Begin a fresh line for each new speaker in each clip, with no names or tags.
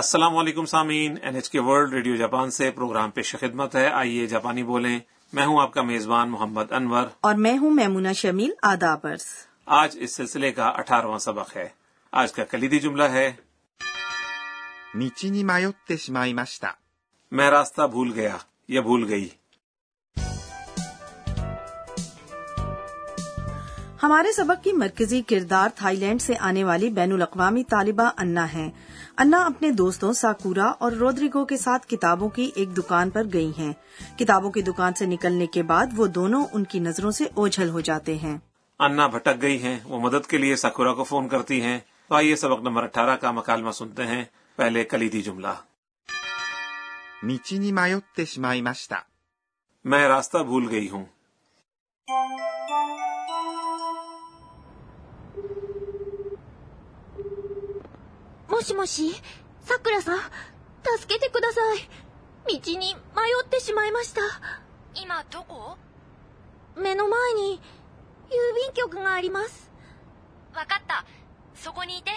السلام علیکم سامعین N H K world radio Japan سے پروگرام پیش خدمت ہے آئیے جاپانی بولیں میں ہوں آپ کا میزبان محمد انور
اور میں ہوں میمونہ شمیل آدابرس
آج اس سلسلے کا اٹھارہواں سبق ہے آج کا کلیدی جملہ ہے
道に迷ってしまいました。
میں راستہ بھول گیا یا بھول گئی
ہمارے سبق کی مرکزی کردار تھائی لینڈ سے آنے والی بین الاقوامی طالبہ انا ہیں انا اپنے دوستوں ساکورا اور رودریگو کے ساتھ کتابوں کی ایک دکان پر گئی ہیں کتابوں کی دکان سے نکلنے کے بعد وہ دونوں ان کی نظروں سے اوجھل ہو جاتے ہیں
انا بھٹک گئی ہیں وہ مدد کے لیے ساکورا کو فون کرتی ہیں تو آئیے سبق نمبر اٹھارہ کا مکالمہ سنتے ہیں پہلے کلیدی جملہ
道に迷ってしまいました。
میں راستہ بھول گئی ہوں
もしもし、さくらさん、助けてください。道に迷ってしまいました。今どこ目の前に、郵便局があります。わかった。そこにいて。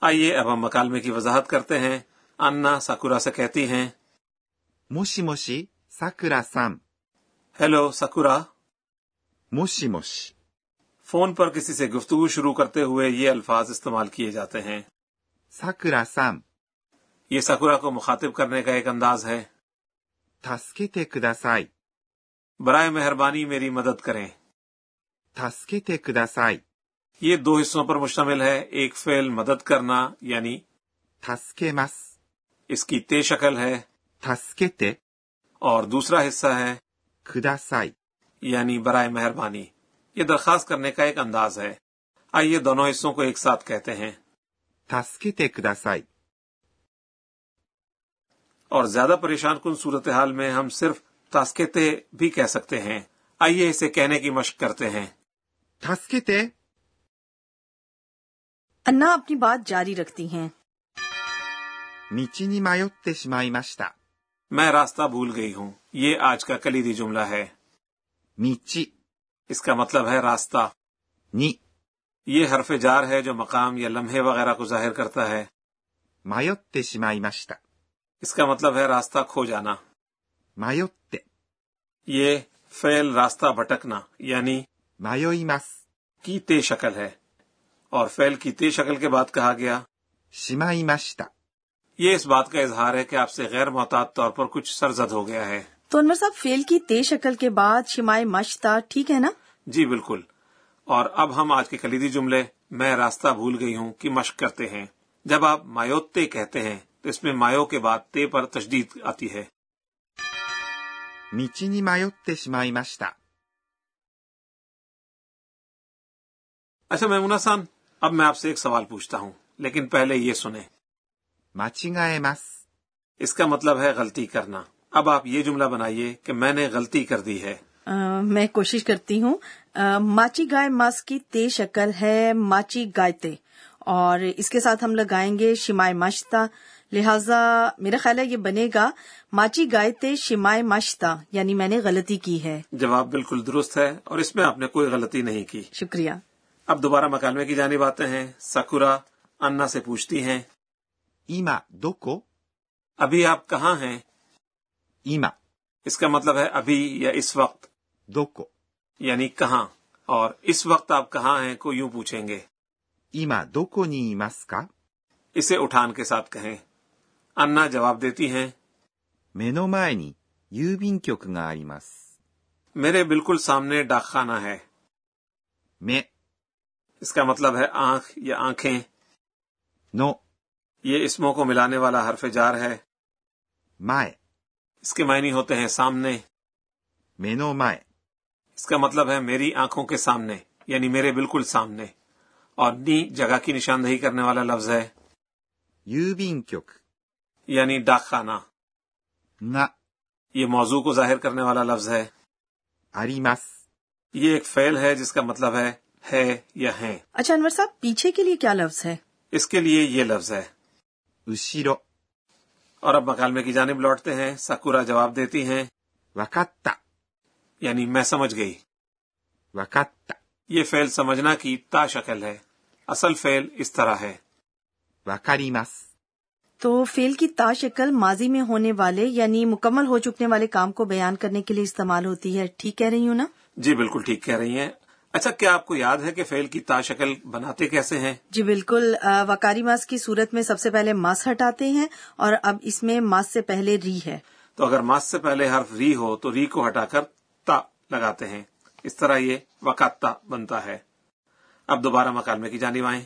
آئیے اب ہم مکالمے کی وضاحت کرتے ہیں انا ساکورا سے کہتی ہیں
もしもし、さくらさん。
ہیلو ساکورا
もしもし、
فون پر کسی سے گفتگو شروع کرتے ہوئے یہ الفاظ استعمال کیے جاتے ہیں
さくらさん、
یہ ساکورا کو مخاطب کرنے کا ایک انداز ہے
助けてください。
برائے مہربانی میری مدد کریں
助けてください。
یہ دو حصوں پر مشتمل ہے ایک فعل مدد کرنا یعنی
助けます。
اس کی تے شکل ہے
助けて、
اور دوسرا حصہ ہے
ください。
یعنی برائے مہربانی یہ درخواست کرنے کا ایک انداز ہے آئیے دونوں حصوں کو ایک ساتھ کہتے ہیں
助けてください。
اور زیادہ پریشان کن صورتحال میں ہم صرف تاسکتے بھی کہہ سکتے ہیں آئیے اسے کہنے کی مشق کرتے ہیں
助けて、
انا اپنی بات جاری رکھتی ہیں
道に迷ってしまいました。
میں راستہ بھول گئی ہوں یہ آج کا کلیدی جملہ ہے
道
اس کا مطلب ہے راستہ
に
یہ حرف جار ہے جو مقام یا لمحے وغیرہ کو ظاہر کرتا ہے
迷ってしまいました。
اس کا مطلب ہے راستہ کھو جانا
迷って、
یہ فعل راستہ بھٹکنا یعنی
迷います。
کی تے شکل ہے اور فعل کی تے شکل کے بعد کہا گیا
しまいました。
یہ اس بات کا اظہار ہے کہ آپ سے غیر محتاط طور پر کچھ سرزد ہو گیا ہے
تو انور صاحب فیل کی تیز شکل کے بعد شمائے مشتا ٹھیک ہے نا
جی بالکل اور اب ہم آج کے کلیدی جملے میں راستہ بھول گئی ہوں کی مشق کرتے ہیں جب آپ مایوتے کہتے ہیں تو اس میں مایو کے بعد تے پر تشدید آتی ہے
道に迷ってしまいました。
اچھا میمونہ سان اب میں آپ سے ایک سوال پوچھتا ہوں لیکن پہلے یہ سنیں
間違えます。
اس کا مطلب ہے غلطی کرنا اب آپ یہ جملہ بنائیے کہ میں نے غلطی کر دی ہے
آ، میں کوشش کرتی ہوں آ، ماچی گائے ماس کی تے شکل ہے ماچی گائتے اور اس کے ساتھ ہم لگائیں گے شمائے ماشتا لہذا میرا خیال ہے یہ بنے گا ماچی گائتے شمائے ماشتا یعنی میں نے غلطی کی ہے
جواب بالکل درست ہے اور اس میں آپ نے کوئی غلطی نہیں کی
شکریہ
اب دوبارہ مکالمے کی جانب آتے ہیں سکورا انا سے پوچھتی ہیں
今、どこ
ابھی آپ کہاں ہیں
今、
اس کا مطلب ہے ابھی یا اس وقت
どこ
یعنی کہاں اور اس وقت آپ کہاں ہیں کو یوں پوچھیں گے
今どこにいますか
اسے اٹھان کے ساتھ کہیں انا جواب دیتی ہیں
目の前に郵便局があります。
میرے بالکل سامنے ڈاک خانہ ہے
目
اس کا مطلب ہے آنکھ یا آنکھیں
の
یہ اسموں کو ملانے والا حرف جار ہے
前、
اس کے معنی ہوتے ہیں سامنے
目の前、
اس کا مطلب ہے میری آنکھوں کے سامنے یعنی میرے بالکل سامنے اور نی جگہ کی نشاندہی کرنے والا لفظ ہے
郵便局
یعنی ڈاک خانہ
が
یہ موضوع کو ظاہر کرنے والا لفظ ہے
あります。
یہ ایک فعل ہے جس کا مطلب ہے ہے یا ہیں
اچھا انور صاحب پیچھے کے لیے کیا لفظ ہے
اس کے لیے یہ لفظ ہے
後ろ、
اور اب مکالمے کی جانب لوٹتے ہیں سکورا جواب دیتی ہیں
わかった、
یعنی میں سمجھ گئی
わかった、
یہ فعل سمجھنا کی تا شکل ہے اصل فعل اس طرح ہے
わかります。
تو فیل کی تا شکل ماضی میں ہونے والے یعنی مکمل ہو چکنے والے کام کو بیان کرنے کے لیے استعمال ہوتی ہے ٹھیک کہہ رہی ہوں نا
جی بالکل ٹھیک کہہ رہی ہیں اچھا کیا آپ کو یاد ہے کہ فعل کی تا شکل بناتے کیسے ہیں
جی بالکل آ، وکاری ماس کی صورت میں سب سے پہلے ماس ہٹاتے ہیں اور اب اس میں ماس سے پہلے ری ہے
تو اگر ماس سے پہلے حرف ری ہو تو ری کو ہٹا کر تا لگاتے ہیں اس طرح یہ وکاتا بنتا ہے اب دوبارہ مکالمے کی جانب آئیں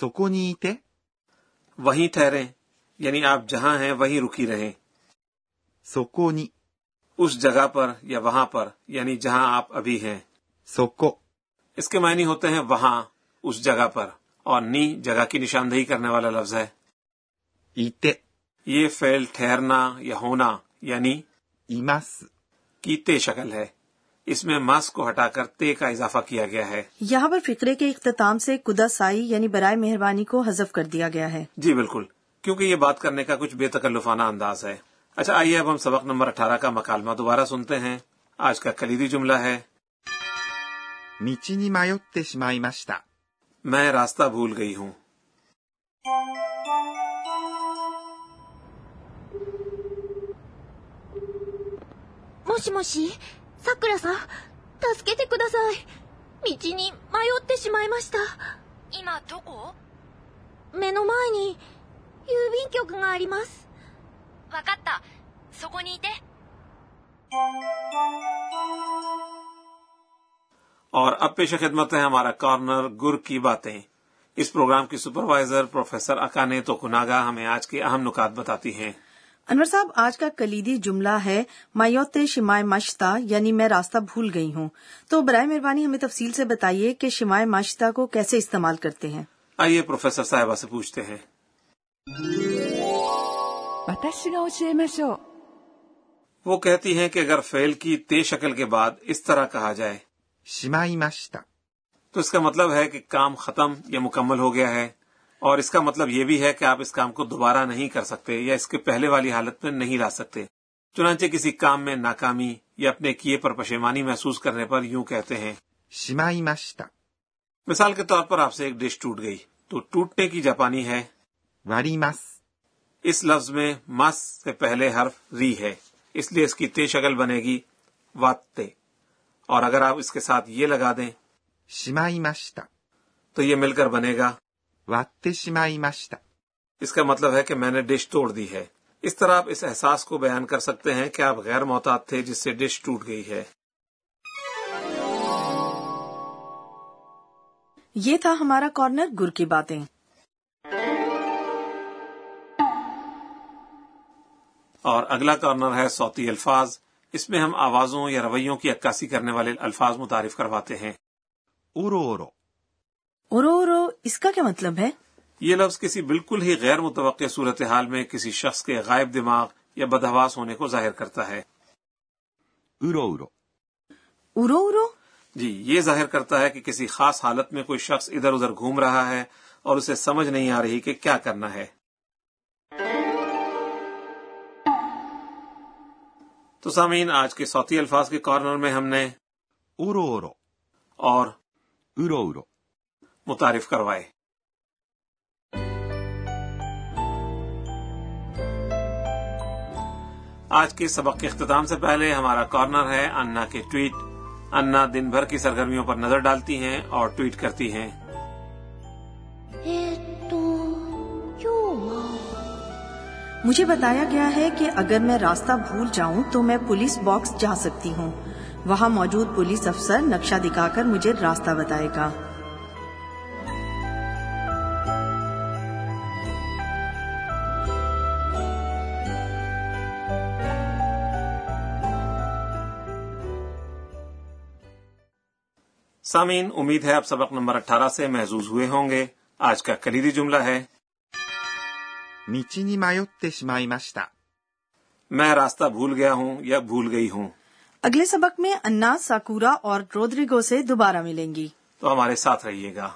そこにいて、
وہیں ٹھہریں یعنی آپ جہاں ہیں وہیں رکی رہیں
そこに、
اس جگہ پر یا وہاں پر یعنی جہاں آپ ابھی ہیں
そこ、
اس کے معنی ہوتے ہیں وہاں اس جگہ پر اور نی جگہ کی نشاندہی کرنے والا لفظ ہے
いて、
یہ فعل ٹھہرنا یا ہونا یعنی
います。
کی تے شکل ہے اس میں ماس کو ہٹا کر تے کا اضافہ کیا گیا ہے
یہاں پر فقرے کے اختتام سے کدا سائی یعنی برائے مہربانی کو حذف کر دیا گیا ہے
جی بالکل کیونکہ یہ بات کرنے کا کچھ بے تکلفانہ انداز ہے اچھا آئیے اب ہم سبق نمبر اٹھارہ کا مکالمہ دوبارہ سنتے ہیں آج کا کلیدی جملہ ہے
道に迷ってしまいました。
میں راستہ بھول گئی ہوں
もしもし、さくらさん、助けてください。道に迷ってしまいました。今どこ目の前に郵便局があります。わかった。そこにいて。
اور اب پیش خدمت ہے ہمارا کارنر گر کی باتیں اس پروگرام کی سپروائزر پروفیسر اکانے تو کناگا ہمیں آج کے اہم نکات بتاتی ہیں
انور صاحب آج کا کلیدی جملہ ہے مایوت شمائے ماشتا یعنی میں راستہ بھول گئی ہوں تو برائے مہربانی ہمیں تفصیل سے بتائیے کہ شمائے ماشتا کو کیسے استعمال کرتے ہیں
آئیے پروفیسر صاحبہ سے پوچھتے ہیں
私が教えましょう
وہ کہتی ہیں کہ اگر فعل کی تے شکل کے بعد اس طرح کہا جائے
しまいました。
تو اس کا مطلب ہے کہ کام ختم یا مکمل ہو گیا ہے اور اس کا مطلب یہ بھی ہے کہ آپ اس کام کو دوبارہ نہیں کر سکتے یا اس کے پہلے والی حالت میں نہیں لا سکتے چنانچہ کسی کام میں ناکامی یا اپنے کیے پر پشیمانی محسوس کرنے پر یوں کہتے ہیں
しまいました。
مثال کے طور پر آپ سے ایک ڈش ٹوٹ گئی تو ٹوٹنے کی جاپانی ہے
割ります。
اس لفظ میں مس سے پہلے حرف ری ہے اس لیے اس کی تے شکل بنے گی واتے اور اگر آپ اس کے ساتھ یہ لگا دیں
しまいました。
تو یہ مل کر بنے گا
割ってしまいました。
اس کا مطلب ہے کہ میں نے ڈش توڑ دی ہے اس طرح آپ اس احساس کو بیان کر سکتے ہیں کہ آپ غیر محتاط تھے جس سے ڈش ٹوٹ گئی ہے
یہ تھا ہمارا کارنر گر کی باتیں
اور اگلا کارنر ہے صوتی الفاظ اس میں ہم آوازوں یا رویوں کی عکاسی کرنے والے الفاظ متعارف کرواتے ہیں
おろおろ、
اورو اورو اس کا کیا مطلب ہے
یہ لفظ کسی بالکل ہی غیر متوقع صورتحال میں کسی شخص کے غائب دماغ یا بدحواس ہونے کو ظاہر کرتا ہے
うろうろ、
اورو اورو
جی یہ ظاہر کرتا ہے کہ کسی خاص حالت میں کوئی شخص ادھر ادھر گھوم رہا ہے اور اسے سمجھ نہیں آ رہی کہ کیا کرنا ہے تو سامعین آج کے صوتی الفاظ کے کارنر میں ہم نے
おろおろ、
اور
うろうろ。
متعارف کروائے آج کے سبق کے اختتام سے پہلے ہمارا کارنر ہے انا کے ٹویٹ انا دن بھر کی سرگرمیوں پر نظر ڈالتی ہیں اور ٹویٹ کرتی ہیں
えっと、今日は。
مجھے بتایا گیا ہے کہ اگر میں راستہ بھول جاؤں تو میں پولیس باکس جا سکتی ہوں وہاں موجود پولیس افسر نقشہ دکھا کر مجھے راستہ بتائے گا
سامعین امید ہے آپ سبق نمبر اٹھارہ سے محظوظ ہوئے ہوں گے آج کا کلیدی جملہ ہے
道に迷ってしまいました。
میں راستہ بھول گیا ہوں یا بھول گئی ہوں
اگلے سبق میں انا ساکورا اور رودریگو سے دوبارہ ملیں گی
تو ہمارے ساتھ رہیے گا